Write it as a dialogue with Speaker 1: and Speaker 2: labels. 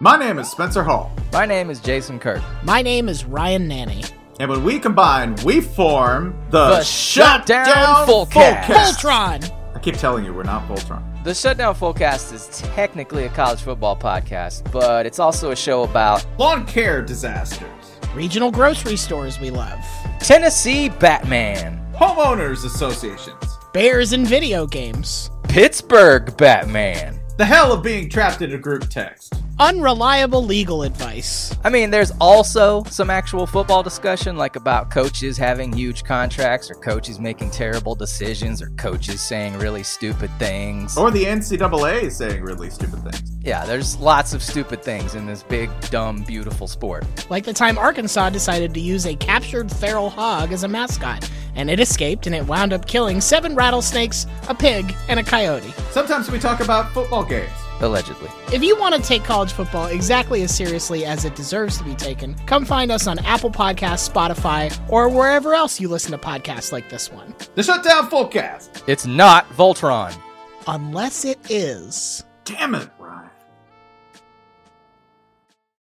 Speaker 1: My name is Spencer Hall,
Speaker 2: My name is Jason Kirk.
Speaker 3: My name is Ryan Nanny.
Speaker 1: and when we combine, we form the,
Speaker 2: The Shutdown Fullcast.
Speaker 3: Voltron!
Speaker 1: I keep telling you, we're not Voltron.
Speaker 2: The Shutdown Fullcast is technically a college football podcast, but it's also a show about
Speaker 1: Lawn care disasters,
Speaker 3: Regional grocery stores we love.
Speaker 2: Tennessee Batman,
Speaker 1: homeowners associations,
Speaker 3: Bears and video games.
Speaker 2: Pittsburgh Batman.
Speaker 1: the hell of being trapped in a group text.
Speaker 3: Unreliable legal advice.
Speaker 2: I mean, there's also some actual football discussion, like about coaches having huge contracts, or coaches making terrible decisions, or coaches saying really stupid things.
Speaker 1: Or the NCAA saying really stupid things.
Speaker 2: Yeah, there's lots of stupid things in this big, dumb, beautiful sport.
Speaker 3: Like the time Arkansas decided to use a captured feral hog as a mascot, and it escaped and it wound up killing seven rattlesnakes, a pig, and a coyote.
Speaker 1: Sometimes we talk about football games.
Speaker 2: Allegedly.
Speaker 3: If you want to take college football exactly as seriously as it deserves to be taken, come find us on Apple Podcasts, Spotify, or wherever else you listen to podcasts like this one.
Speaker 1: The Shutdown Fullcast.
Speaker 2: It's not Voltron.
Speaker 3: Unless it is.
Speaker 1: Damn it.